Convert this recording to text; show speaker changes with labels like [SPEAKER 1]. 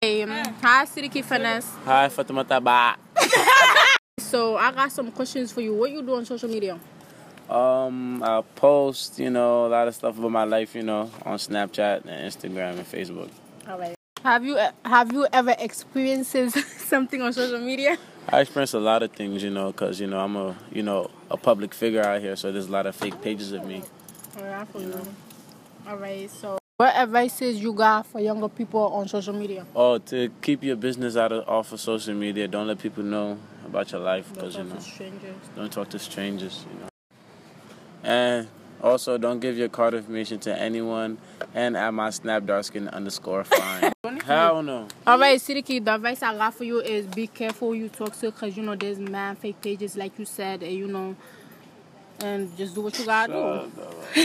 [SPEAKER 1] Hey, Um, hi, City Kid Finesse.
[SPEAKER 2] Hi, Fatima Taba.
[SPEAKER 1] So I got some questions for you. What you do on social media?
[SPEAKER 2] Um, I post, you know, a lot of stuff about my life, you know, on Snapchat and Instagram and Facebook.
[SPEAKER 1] All right. Have you have you ever experienced something on social media?
[SPEAKER 2] I experience a lot of things, you know, because, you know, I'm a, you know, a public figure out here, so there's a lot of fake pages of me.
[SPEAKER 1] All right, for you. All right. So what advices you got for younger people on social media?
[SPEAKER 2] Oh, to keep your business out of, off of social media, don't let people know about your life, because, you know,
[SPEAKER 1] strangers.
[SPEAKER 2] don't talk to strangers, you know. And also, don't give your card information to anyone, and at my snap darkskin underscore fine. Hell no.
[SPEAKER 1] All right, City Kid. The advice I got for you is be careful who you talk to, cause you know there's man fake pages like you said, and you know, and just do what you gotta do.
[SPEAKER 2] Uh, no.